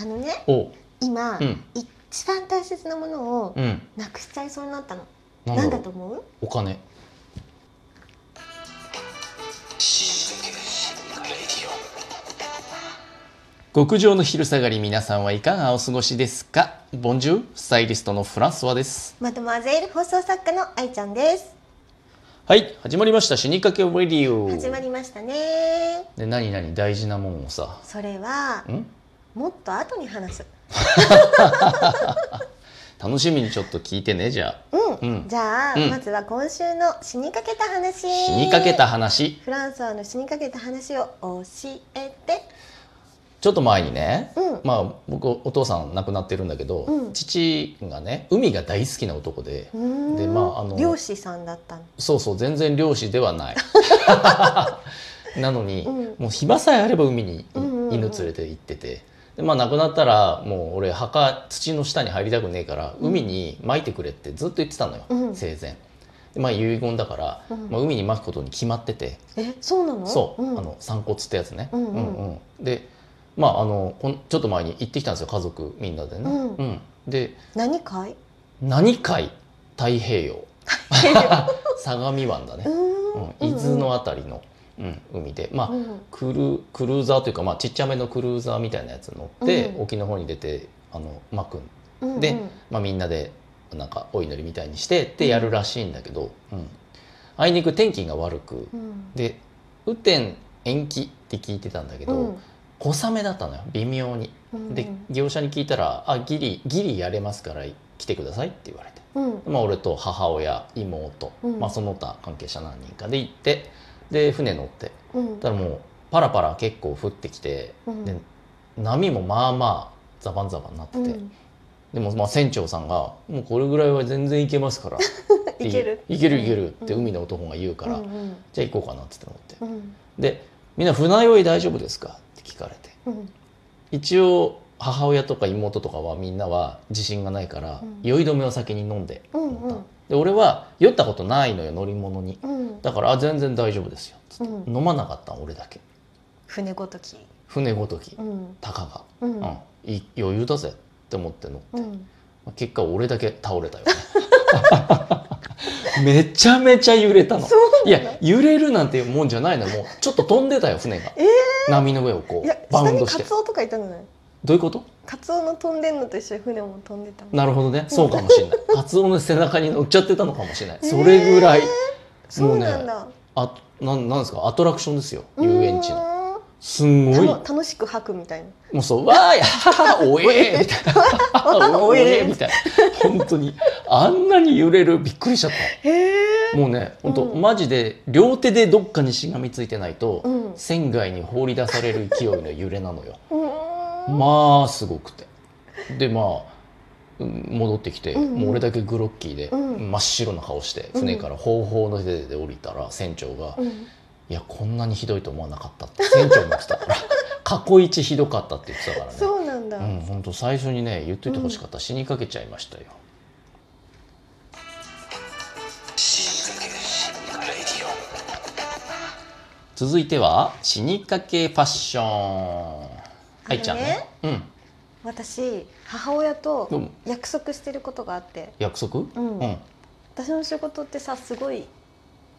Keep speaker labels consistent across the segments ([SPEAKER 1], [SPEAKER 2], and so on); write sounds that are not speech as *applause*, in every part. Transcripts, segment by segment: [SPEAKER 1] あのね
[SPEAKER 2] おう
[SPEAKER 1] 今、
[SPEAKER 2] うん
[SPEAKER 1] 一番大切なものを
[SPEAKER 2] うん
[SPEAKER 1] なくしちゃいそうになったの、
[SPEAKER 2] なん
[SPEAKER 1] なんだ
[SPEAKER 2] だろ
[SPEAKER 1] と
[SPEAKER 2] う
[SPEAKER 1] 思う
[SPEAKER 2] お金極上の昼下がり皆さんはいかがお過ごしですかボンジュールスタイリストのフランソワです
[SPEAKER 1] まとマゼール放送作家の愛ちゃんです
[SPEAKER 2] はい始まりました死にかけレディオ
[SPEAKER 1] 始まりましたね
[SPEAKER 2] で何何大事なもんをさ
[SPEAKER 1] それは
[SPEAKER 2] ん
[SPEAKER 1] もっと後に話す
[SPEAKER 2] 楽しみにちょっと聞いてねじゃあ
[SPEAKER 1] うん、
[SPEAKER 2] うん
[SPEAKER 1] じゃあ、
[SPEAKER 2] うん
[SPEAKER 1] まずは今週の死にかけた話
[SPEAKER 2] 死にかけた話
[SPEAKER 1] フランスはあの死にかけた話を教えて
[SPEAKER 2] ちょっと前にね、
[SPEAKER 1] うん
[SPEAKER 2] まあ僕お父さん亡くなってるんだけど、
[SPEAKER 1] うん
[SPEAKER 2] 父がね海が大好きな男で、
[SPEAKER 1] うーん
[SPEAKER 2] でまああの
[SPEAKER 1] 漁師さんだったの
[SPEAKER 2] そうそう全然漁師で
[SPEAKER 1] *laughs*
[SPEAKER 2] はないなのに、
[SPEAKER 1] うん
[SPEAKER 2] もう暇さえあれば海に
[SPEAKER 1] うんうんうん
[SPEAKER 2] 犬連れて行ってて、でまあ亡くなったらもう俺墓土の下に入りたくねえから海に撒いてくれってずっと言ってたのよ、
[SPEAKER 1] うん
[SPEAKER 2] 生前でまあ遺言だから、
[SPEAKER 1] うん
[SPEAKER 2] まあ、海に撒くことに決まってて、
[SPEAKER 1] えそうなの
[SPEAKER 2] そう、
[SPEAKER 1] ん
[SPEAKER 2] あの散骨ってやつね、
[SPEAKER 1] うんうん
[SPEAKER 2] うんでまああのこんちょっと前に行ってきたんですよ家族みんなでね、
[SPEAKER 1] うん
[SPEAKER 2] で
[SPEAKER 1] 何回
[SPEAKER 2] 何海太平洋 *laughs* 相模湾だね、うん、伊豆のあたりの、うん、海でまあ、
[SPEAKER 1] うん
[SPEAKER 2] クルクルーザーというか、まあ、ちっちゃめのクルーザーみたいなやつ乗って、
[SPEAKER 1] うん
[SPEAKER 2] 沖の方に出てあのまくん、
[SPEAKER 1] うん
[SPEAKER 2] で
[SPEAKER 1] うん
[SPEAKER 2] まあ、みんなでなんかお祈りみたいにしてってやるらしいんだけど、うんあいにく天気が悪く、
[SPEAKER 1] うん
[SPEAKER 2] で雨天延期って聞いてたんだけど、
[SPEAKER 1] うん
[SPEAKER 2] 小雨だったのよ微妙に。
[SPEAKER 1] うん
[SPEAKER 2] で業者に聞いたら「あギリギリやれますから来てください」って言われて。
[SPEAKER 1] うん
[SPEAKER 2] まあ、俺と母親妹、
[SPEAKER 1] うん
[SPEAKER 2] まあ、その他関係者何人かで行ってで船乗って
[SPEAKER 1] うん
[SPEAKER 2] たらもうパラパラ結構降ってきて
[SPEAKER 1] うん
[SPEAKER 2] で波もまあまあザバンザバンになってて、
[SPEAKER 1] うん
[SPEAKER 2] でもまあ船長さんが「もうこれぐらいは全然いけます
[SPEAKER 1] *laughs*
[SPEAKER 2] から」って
[SPEAKER 1] いける
[SPEAKER 2] いけるいける」って
[SPEAKER 1] うん
[SPEAKER 2] 海の男が言うか
[SPEAKER 1] う
[SPEAKER 2] ら「
[SPEAKER 1] んうん
[SPEAKER 2] じゃあ行こうかな」って思って
[SPEAKER 1] うん
[SPEAKER 2] で「みんな船酔い大丈夫ですか?」って聞かれて
[SPEAKER 1] うん
[SPEAKER 2] 一応母親とか妹とかはみんなは自信がないから、
[SPEAKER 1] うん
[SPEAKER 2] 酔い止めを先に飲んで、
[SPEAKER 1] うんうん
[SPEAKER 2] 乗ったで俺は酔ったことないのよ乗り物に
[SPEAKER 1] うん
[SPEAKER 2] だからあ全然大丈夫ですよつって、
[SPEAKER 1] うん
[SPEAKER 2] 飲まなかったの俺だけ
[SPEAKER 1] 船ごとき
[SPEAKER 2] 船ごとき
[SPEAKER 1] うん
[SPEAKER 2] たか
[SPEAKER 1] う
[SPEAKER 2] が、
[SPEAKER 1] ん
[SPEAKER 2] うんい余裕だぜって思って乗って、
[SPEAKER 1] うん
[SPEAKER 2] まあ結果俺だけ倒れたよね
[SPEAKER 1] *laughs*
[SPEAKER 2] めちゃめちゃ揺れたの
[SPEAKER 1] そう
[SPEAKER 2] いや揺れるなんていうもんじゃないのもうちょっと飛んでたよ船が、
[SPEAKER 1] え
[SPEAKER 2] 波の上をこ
[SPEAKER 1] いうや
[SPEAKER 2] バ
[SPEAKER 1] 下
[SPEAKER 2] ウン
[SPEAKER 1] に
[SPEAKER 2] ド
[SPEAKER 1] カ
[SPEAKER 2] して
[SPEAKER 1] ツオとかいたのね
[SPEAKER 2] どういうこと
[SPEAKER 1] カツオの飛んでんのと一緒に船も飛んでたもん
[SPEAKER 2] なるほどねそうかもしれないカツオの背中に乗っちゃってたのかもしれないそれぐらい、
[SPEAKER 1] えーそうなんだ
[SPEAKER 2] あなんなんですかアトラクションですよ遊園地の
[SPEAKER 1] の
[SPEAKER 2] すんごいも
[SPEAKER 1] 楽しく吐くみたいな
[SPEAKER 2] うそう「わーやははおえー」みたいな「
[SPEAKER 1] *laughs*
[SPEAKER 2] お
[SPEAKER 1] おえ
[SPEAKER 2] え
[SPEAKER 1] ー
[SPEAKER 2] ー」みたいな本当にあんなに揺れるびっくりしちゃっ
[SPEAKER 1] へえ
[SPEAKER 2] たもうね本当、
[SPEAKER 1] うん
[SPEAKER 2] マジで両手でどっかにしがみついてないと、
[SPEAKER 1] うん
[SPEAKER 2] 船外に放り出される勢いの揺れなのよ
[SPEAKER 1] *laughs* うん
[SPEAKER 2] まあすごくてでまあうん戻ってきて、
[SPEAKER 1] うんうん
[SPEAKER 2] もう俺だけグロッキーで、
[SPEAKER 1] うん
[SPEAKER 2] 真っ白な顔して
[SPEAKER 1] うん
[SPEAKER 2] 船から方々の手で降りたら船長が「
[SPEAKER 1] うん
[SPEAKER 2] いやこんなにひどいと思わなかった」って船長も言ってたから *laughs* 過去一ひどかったって言ってたからね
[SPEAKER 1] そうなんだ
[SPEAKER 2] うん本当最初にね言っといてほしかった、死にかけちゃいましたよ続いては死にかけファッション愛ちゃんねうん
[SPEAKER 1] 私母親と
[SPEAKER 2] どうも
[SPEAKER 1] 約束してることがあって
[SPEAKER 2] 約束う
[SPEAKER 1] うん
[SPEAKER 2] ん
[SPEAKER 1] 私の仕事ってさすごい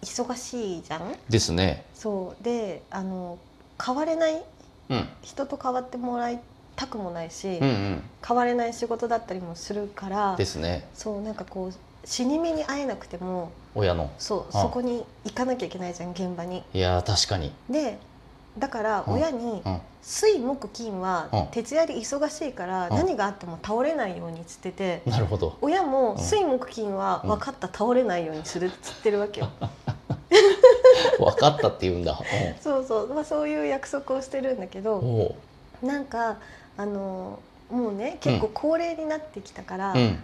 [SPEAKER 1] 忙しいじゃん
[SPEAKER 2] ですね
[SPEAKER 1] そうであの変われない
[SPEAKER 2] うん
[SPEAKER 1] 人と変わってもらいたくもないし、
[SPEAKER 2] うんうん
[SPEAKER 1] 変われない仕事だったりもするから
[SPEAKER 2] ですね
[SPEAKER 1] そうなんかこう死に目に会えなくても
[SPEAKER 2] 親の
[SPEAKER 1] そう
[SPEAKER 2] あ
[SPEAKER 1] そこに行かなきゃいけないじゃん現場に。
[SPEAKER 2] いやー確かに
[SPEAKER 1] でだから
[SPEAKER 2] うん
[SPEAKER 1] 親に
[SPEAKER 2] うん
[SPEAKER 1] 「水木金
[SPEAKER 2] うん
[SPEAKER 1] は徹夜で忙しいから
[SPEAKER 2] うん
[SPEAKER 1] 何があっても倒れないように」っつってて。
[SPEAKER 2] なるほど
[SPEAKER 1] 親も
[SPEAKER 2] うん
[SPEAKER 1] 水木金は分かった倒れないようにするっつってるわけよ、
[SPEAKER 2] 分かったって言 *laughs* うんだ、
[SPEAKER 1] そうそう、まあ、そういう約束をしてるんだけ
[SPEAKER 2] うん、
[SPEAKER 1] ど
[SPEAKER 2] お
[SPEAKER 1] なんかあのもうね結構高齢になってきたから、
[SPEAKER 2] ううん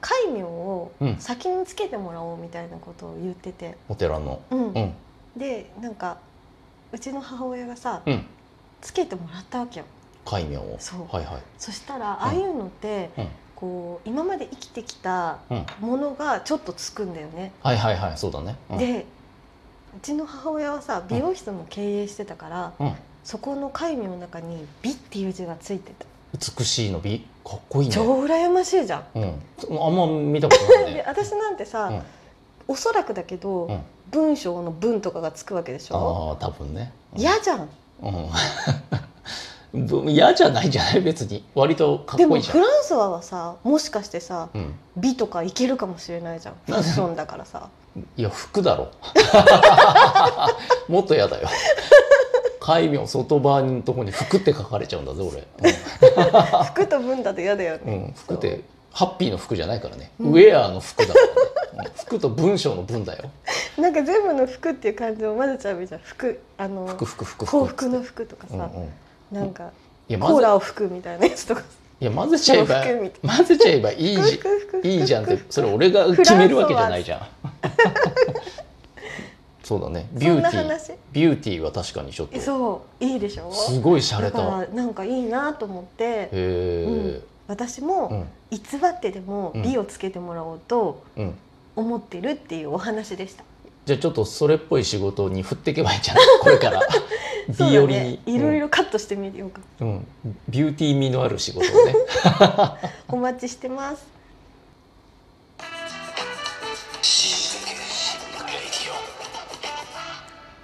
[SPEAKER 1] 戒名を
[SPEAKER 2] うん
[SPEAKER 1] 先につけてもらおうみたいなことを言ってて、
[SPEAKER 2] お寺の
[SPEAKER 1] うん
[SPEAKER 2] うん
[SPEAKER 1] でなんかうちの母親がさ
[SPEAKER 2] うん
[SPEAKER 1] つけてもらったわけよ
[SPEAKER 2] 戒名を
[SPEAKER 1] そう
[SPEAKER 2] はいはい
[SPEAKER 1] そしたらああいうのって、
[SPEAKER 2] うん
[SPEAKER 1] こう今まで生きてきた
[SPEAKER 2] うん
[SPEAKER 1] ものがちょっとつくんだよね、
[SPEAKER 2] はいはいはいそうだね、うん、
[SPEAKER 1] でうちの母親はさ美容室も経営してたから、
[SPEAKER 2] うん
[SPEAKER 1] そこの戒名の中に「美」っていう字がついてた
[SPEAKER 2] 美しいの美かっこいいね
[SPEAKER 1] 超羨ましいじゃん。
[SPEAKER 2] うん、あんま見たことない
[SPEAKER 1] で *laughs*
[SPEAKER 2] ね
[SPEAKER 1] 私なんてさ、
[SPEAKER 2] うん
[SPEAKER 1] おそらくだけど、
[SPEAKER 2] うん
[SPEAKER 1] 文章の文とかがつくわけでしょ
[SPEAKER 2] ああ多分ねうん
[SPEAKER 1] 嫌じゃん
[SPEAKER 2] うん *laughs* ぶ嫌じゃないじゃない別に割とか
[SPEAKER 1] で
[SPEAKER 2] っ
[SPEAKER 1] も
[SPEAKER 2] こいいじゃ
[SPEAKER 1] フ
[SPEAKER 2] ん、
[SPEAKER 1] ランスははさもしかしてさ
[SPEAKER 2] うん、
[SPEAKER 1] 美とかいけるかもしれないじゃんファッションだからさ
[SPEAKER 2] いや服だろ *laughs* もっと嫌だよ戒名外側のとこに服って書かれちゃうんだぜ
[SPEAKER 1] 服と文だと嫌だよ
[SPEAKER 2] 俺、
[SPEAKER 1] ね、
[SPEAKER 2] うん、服ってハッピーの服じゃないからね、
[SPEAKER 1] うん
[SPEAKER 2] ウェアの服だから、ねうん服と文章の文だよ
[SPEAKER 1] なんか全部の服っていう感じを混ぜちゃうじゃん服あの
[SPEAKER 2] 服服服服
[SPEAKER 1] 幸福の服とか
[SPEAKER 2] うんう
[SPEAKER 1] さ、
[SPEAKER 2] ん、い
[SPEAKER 1] なんか
[SPEAKER 2] や
[SPEAKER 1] コ
[SPEAKER 2] 混
[SPEAKER 1] ー
[SPEAKER 2] ぜ
[SPEAKER 1] ラを服みたいなやつとか
[SPEAKER 2] いや混ぜちゃえば
[SPEAKER 1] 服みた
[SPEAKER 2] 混ぜちゃえばいい
[SPEAKER 1] *laughs*
[SPEAKER 2] じ
[SPEAKER 1] 服服服
[SPEAKER 2] いいじゃんって
[SPEAKER 1] 服
[SPEAKER 2] それ俺が決めるわけじゃないじゃんそうだねビ
[SPEAKER 1] そ
[SPEAKER 2] ュ
[SPEAKER 1] んな
[SPEAKER 2] ーティー
[SPEAKER 1] 話
[SPEAKER 2] ビューティーは確かにちょっと
[SPEAKER 1] えそういいでしょ
[SPEAKER 2] すごい洒
[SPEAKER 1] だ
[SPEAKER 2] 落
[SPEAKER 1] か
[SPEAKER 2] たへ
[SPEAKER 1] らなんかいいなと思って
[SPEAKER 2] え
[SPEAKER 1] 私
[SPEAKER 2] う
[SPEAKER 1] も
[SPEAKER 2] ん
[SPEAKER 1] 偽ってでも美をつけてもらおうと
[SPEAKER 2] うん
[SPEAKER 1] 思ってるっていうお話でした、
[SPEAKER 2] じゃあちょっとそれっぽい仕事に振っていけばいいんじ *laughs* ゃないこれから
[SPEAKER 1] *laughs* そう
[SPEAKER 2] 美
[SPEAKER 1] だ
[SPEAKER 2] より
[SPEAKER 1] ね
[SPEAKER 2] に、
[SPEAKER 1] いろいろカットしてみようか、
[SPEAKER 2] うん、うんビューティー味のある仕
[SPEAKER 1] *laughs*
[SPEAKER 2] 事をね
[SPEAKER 1] お待ちしてます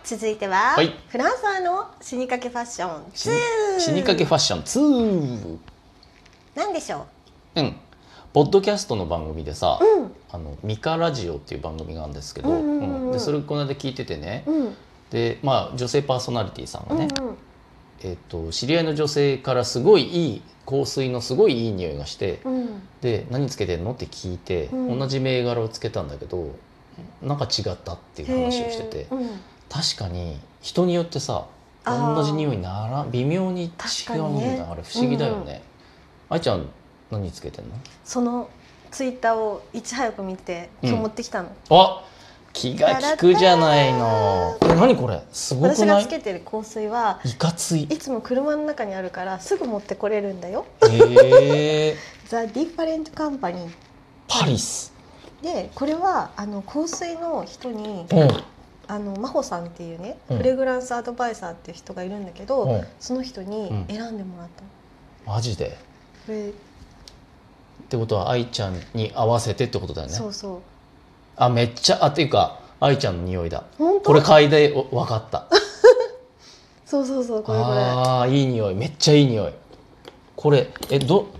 [SPEAKER 1] 続いては、
[SPEAKER 2] はい
[SPEAKER 1] フランサーの死にかけファッション
[SPEAKER 2] 死に死にかけファッション2
[SPEAKER 1] なんでしょ
[SPEAKER 2] うんポッドキャストの番組でさ、
[SPEAKER 1] ううん
[SPEAKER 2] あのミカラジオっていう番組があるんですけど、
[SPEAKER 1] うんうんうんうん
[SPEAKER 2] でそれこの間聞いててね、
[SPEAKER 1] うん
[SPEAKER 2] でまあ女性パーソナリティさんがね、
[SPEAKER 1] うんうん
[SPEAKER 2] えっと知り合いの女性からすごいいい香水のすごいいい匂いがして、
[SPEAKER 1] うん
[SPEAKER 2] で何つけてんのって聞いて、
[SPEAKER 1] うん
[SPEAKER 2] 同じ銘柄をつけたんだけどなんか違ったっていう話をしてて、
[SPEAKER 1] うん
[SPEAKER 2] 確かに人によってさ
[SPEAKER 1] あー
[SPEAKER 2] 同じ匂いなら微妙に違
[SPEAKER 1] 確
[SPEAKER 2] う
[SPEAKER 1] か
[SPEAKER 2] ん
[SPEAKER 1] に
[SPEAKER 2] だ、
[SPEAKER 1] ね
[SPEAKER 2] あれ不思議だよね、愛ちゃん何つけてんの
[SPEAKER 1] そのツイッターをいち早く見て
[SPEAKER 2] うん
[SPEAKER 1] 今日持ってきたの、
[SPEAKER 2] あ気が利くじゃないのこれ何これすごく
[SPEAKER 1] 私
[SPEAKER 2] な
[SPEAKER 1] が
[SPEAKER 2] い
[SPEAKER 1] つけてる香水はい
[SPEAKER 2] か
[SPEAKER 1] *laughs*
[SPEAKER 2] つい
[SPEAKER 1] いつも車の中にあるからすぐ持ってこれるんだよ
[SPEAKER 2] えー、
[SPEAKER 1] ザ・ディファレント・カンパニー
[SPEAKER 2] パリス
[SPEAKER 1] でこれはあの香水の人に
[SPEAKER 2] うん
[SPEAKER 1] あの真帆さんっていうね、
[SPEAKER 2] うん
[SPEAKER 1] フレグランスアドバイザーっていう人がいるんだけど、
[SPEAKER 2] うん
[SPEAKER 1] その人に
[SPEAKER 2] うん
[SPEAKER 1] 選んでもらったの、
[SPEAKER 2] マジで
[SPEAKER 1] これ
[SPEAKER 2] ってことは愛ちゃんに合わせてってことだよね
[SPEAKER 1] そうそう
[SPEAKER 2] あめっちゃあっていうか愛ちゃんの匂いだ
[SPEAKER 1] 本当
[SPEAKER 2] これ嗅いでお分かった
[SPEAKER 1] そうそうそうこれこれ
[SPEAKER 2] ああーいい匂いめっちゃいい匂いこれえど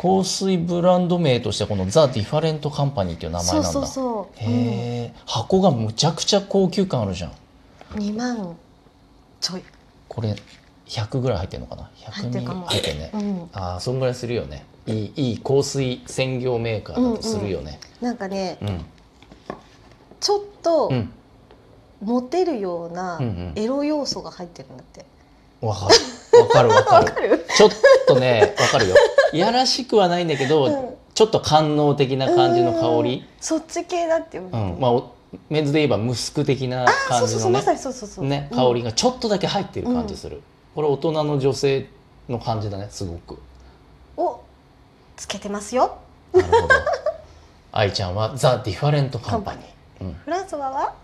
[SPEAKER 2] 香水ブランド名としてこのザ・ディファレントカンパニーっていう名前な
[SPEAKER 1] そ
[SPEAKER 2] ん
[SPEAKER 1] う
[SPEAKER 2] だ
[SPEAKER 1] そうそう、うん、
[SPEAKER 2] へえ箱がむちゃくちゃ高級感あるじゃん
[SPEAKER 1] 2万ちょい、
[SPEAKER 2] これ100ぐらい入ってるのかな
[SPEAKER 1] 入
[SPEAKER 2] 100
[SPEAKER 1] ってるか
[SPEAKER 2] に
[SPEAKER 1] も
[SPEAKER 2] 入ってるね
[SPEAKER 1] うん、
[SPEAKER 2] ああそんぐらいするよねいいいい香水専業メーカーだとするよね
[SPEAKER 1] なんかね
[SPEAKER 2] うん
[SPEAKER 1] ちょっと
[SPEAKER 2] うん
[SPEAKER 1] モテるよう
[SPEAKER 2] うんう
[SPEAKER 1] なんエロ要素が入ってるんだって、
[SPEAKER 2] わかるわかるわか
[SPEAKER 1] わ *laughs*
[SPEAKER 2] る
[SPEAKER 1] かる
[SPEAKER 2] ちょっとねわかるよいやらしくはないんだけど、
[SPEAKER 1] うん
[SPEAKER 2] ちょっと官能的な感じの香り
[SPEAKER 1] うんそっち系だって思
[SPEAKER 2] う
[SPEAKER 1] うん
[SPEAKER 2] まあおメンズで言えばムスク的な
[SPEAKER 1] あそ
[SPEAKER 2] 感
[SPEAKER 1] うそ
[SPEAKER 2] じ
[SPEAKER 1] うそ
[SPEAKER 2] の
[SPEAKER 1] う
[SPEAKER 2] ね
[SPEAKER 1] まさにそうそうそう
[SPEAKER 2] ね
[SPEAKER 1] うん
[SPEAKER 2] 香りがちょっとだけ入ってる感じする、これ大人の女性の感じだねすごく
[SPEAKER 1] をつけてますよ
[SPEAKER 2] なる
[SPEAKER 1] *laughs*
[SPEAKER 2] ほど愛ちゃんはザ・ディファレントカンパニー、うん、
[SPEAKER 1] フランソワは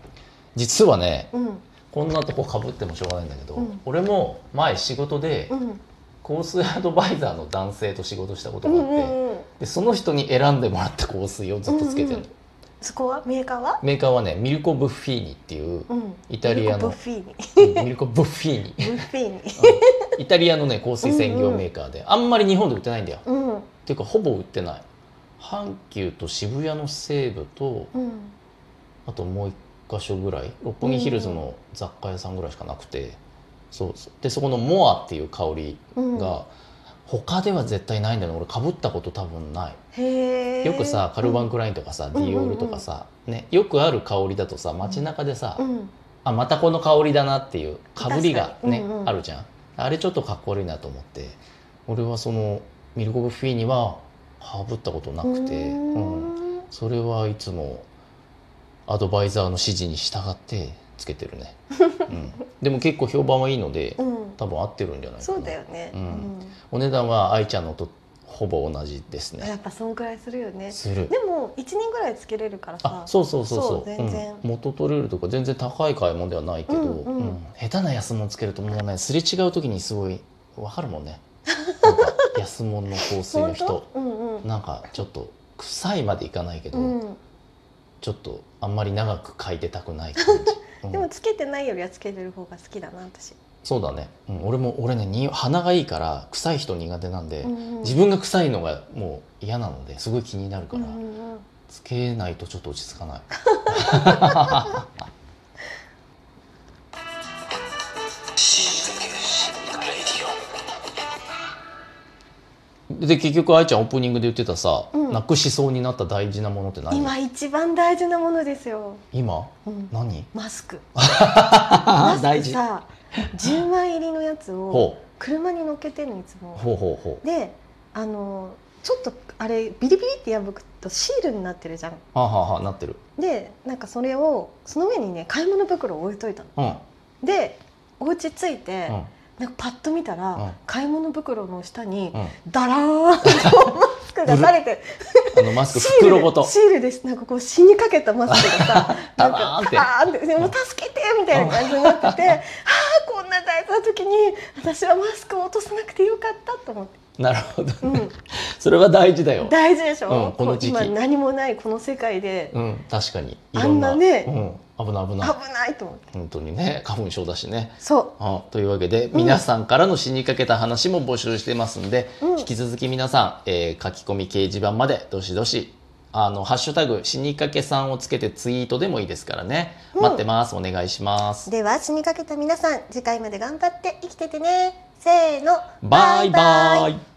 [SPEAKER 2] 実はね
[SPEAKER 1] うん
[SPEAKER 2] こんなとこかぶってもしょうがないんだけど、
[SPEAKER 1] うん
[SPEAKER 2] 俺も前仕事で
[SPEAKER 1] うん
[SPEAKER 2] 香水アドバイザーの男性と仕事したこと
[SPEAKER 1] う
[SPEAKER 2] があっ
[SPEAKER 1] ん
[SPEAKER 2] て、
[SPEAKER 1] うんうん
[SPEAKER 2] でその人に選んでもらった香水をずっとつけてるの、
[SPEAKER 1] うんうんそこはメーカーは
[SPEAKER 2] メーカーはねミルコ・ブッフィーニっていう
[SPEAKER 1] うん
[SPEAKER 2] イタリア
[SPEAKER 1] ブ
[SPEAKER 2] の
[SPEAKER 1] ッフィーニ
[SPEAKER 2] うんミルコ・ブッフィーニ
[SPEAKER 1] ブッフィーニ
[SPEAKER 2] イタリアのね香水専業メーカーで、あんまり日本で売ってないんだよ
[SPEAKER 1] うんうん
[SPEAKER 2] っていうかほぼ売ってない阪急と渋谷の西部とあともう一箇所ぐらい六本木ヒルズの雑貨屋さんぐらいしかなくて、そうでそこのモアっていう香り
[SPEAKER 1] うん
[SPEAKER 2] が、他では絶対ないんだよね俺かぶったこと多分ない
[SPEAKER 1] へえ
[SPEAKER 2] よくさカルバン・クラインとかさ、ディオールとかさ、ね、よくある香りだとさ街中でさ、
[SPEAKER 1] うんうん
[SPEAKER 2] あまたこの香りだなっていうかぶりが
[SPEAKER 1] 確かに
[SPEAKER 2] ね、
[SPEAKER 1] うんうん
[SPEAKER 2] あるじゃんあれちょっとかっこ悪いなと思って俺はそのミルコ・ブッフィーにはかぶったことなくて、
[SPEAKER 1] うー
[SPEAKER 2] うん
[SPEAKER 1] ん
[SPEAKER 2] それはいつもアドバイザーの指示に従ってつけてるね、うん、でも結構評判はいいので
[SPEAKER 1] うん
[SPEAKER 2] 多分合ってるんじゃないかな
[SPEAKER 1] そうだよね
[SPEAKER 2] うん
[SPEAKER 1] うん
[SPEAKER 2] お値段は愛ちゃんのとほぼ同じです
[SPEAKER 1] や
[SPEAKER 2] ね
[SPEAKER 1] っぱそんくらいするよね
[SPEAKER 2] する
[SPEAKER 1] でも一年ぐらいつけれるから
[SPEAKER 2] あ
[SPEAKER 1] さ
[SPEAKER 2] そうそうそうそう
[SPEAKER 1] そう全然
[SPEAKER 2] うん、元取れるとか全然高い買い物ではないけど、
[SPEAKER 1] うんうん *laughs*
[SPEAKER 2] 下手な安物つけるともうねすれ違う時にすごいわかるもんね、なんか安物の香水の
[SPEAKER 1] 本
[SPEAKER 2] 人
[SPEAKER 1] 当うんうん
[SPEAKER 2] なんかちょっと臭いまでいかないけど、
[SPEAKER 1] うん、
[SPEAKER 2] ちょっとあんまり長く嗅いでたくな
[SPEAKER 1] *laughs*
[SPEAKER 2] い感じ、うん
[SPEAKER 1] でもつけてないよりはつけてる方が好きだな私、
[SPEAKER 2] そうだね、うん、俺も俺ねに鼻がいいから臭い人苦手なんで、
[SPEAKER 1] うんうん
[SPEAKER 2] 自分が臭いのがもう嫌なのですごい気になるから、
[SPEAKER 1] うんうんうん
[SPEAKER 2] つけないとちょっと落ち着かないで結局愛ちゃんオープニングで言ってたさ、
[SPEAKER 1] うん
[SPEAKER 2] なくしそうになった大事なものって何
[SPEAKER 1] 今一番大事なものですよ、
[SPEAKER 2] 今
[SPEAKER 1] うん
[SPEAKER 2] 何
[SPEAKER 1] マスクマ
[SPEAKER 2] あ
[SPEAKER 1] ス
[SPEAKER 2] 大
[SPEAKER 1] ク
[SPEAKER 2] 事
[SPEAKER 1] さ10枚入りのやつを
[SPEAKER 2] ほ
[SPEAKER 1] 車に乗っけてるのいつ
[SPEAKER 2] う
[SPEAKER 1] も
[SPEAKER 2] ほうほうほう
[SPEAKER 1] であのちょっとあれビリビリって破くとシールになってるじゃん
[SPEAKER 2] はあはあはあなってる
[SPEAKER 1] でなんかそれをその上にね買い物袋を置いといたの
[SPEAKER 2] うんうん
[SPEAKER 1] でお家着いて、
[SPEAKER 2] うん
[SPEAKER 1] なんかパッと見たら、
[SPEAKER 2] うん
[SPEAKER 1] 買い物袋の下に
[SPEAKER 2] あ
[SPEAKER 1] ダラーンとマスクが垂れて
[SPEAKER 2] のマスク
[SPEAKER 1] シール
[SPEAKER 2] 袋ごと
[SPEAKER 1] でシールですなんかこう死にかけたマスクがさ
[SPEAKER 2] *laughs*
[SPEAKER 1] な
[SPEAKER 2] ダ
[SPEAKER 1] ん
[SPEAKER 2] ラーンっ
[SPEAKER 1] か
[SPEAKER 2] て
[SPEAKER 1] ダーンってでもう助けてみたいな感じに
[SPEAKER 2] *laughs*
[SPEAKER 1] なっててはあこんな大事な時に私はマスクを落とさなくてよかったと思って、
[SPEAKER 2] なるほど
[SPEAKER 1] う
[SPEAKER 2] それは大事だよ
[SPEAKER 1] ん、大事でしょ、
[SPEAKER 2] うんこの時期
[SPEAKER 1] 今何もないこの世界で
[SPEAKER 2] うん確かに
[SPEAKER 1] あんなね
[SPEAKER 2] うん、危ない危
[SPEAKER 1] 危
[SPEAKER 2] ない
[SPEAKER 1] ないと思って
[SPEAKER 2] 本当にね花粉症だしね
[SPEAKER 1] そ
[SPEAKER 2] あというわけで、
[SPEAKER 1] ん
[SPEAKER 2] 皆さんからの死にかけた話も募集してますんで、
[SPEAKER 1] うん
[SPEAKER 2] 引き続き皆さん、えー書き込み掲示板までどしどしあのハッシュタグ死にかけさんをつけてツイートでもいいですからね、
[SPEAKER 1] うん
[SPEAKER 2] 待ってますお願いします
[SPEAKER 1] うでは死にかけた皆さん次回まで頑張って生きててねせーの
[SPEAKER 2] バイバイ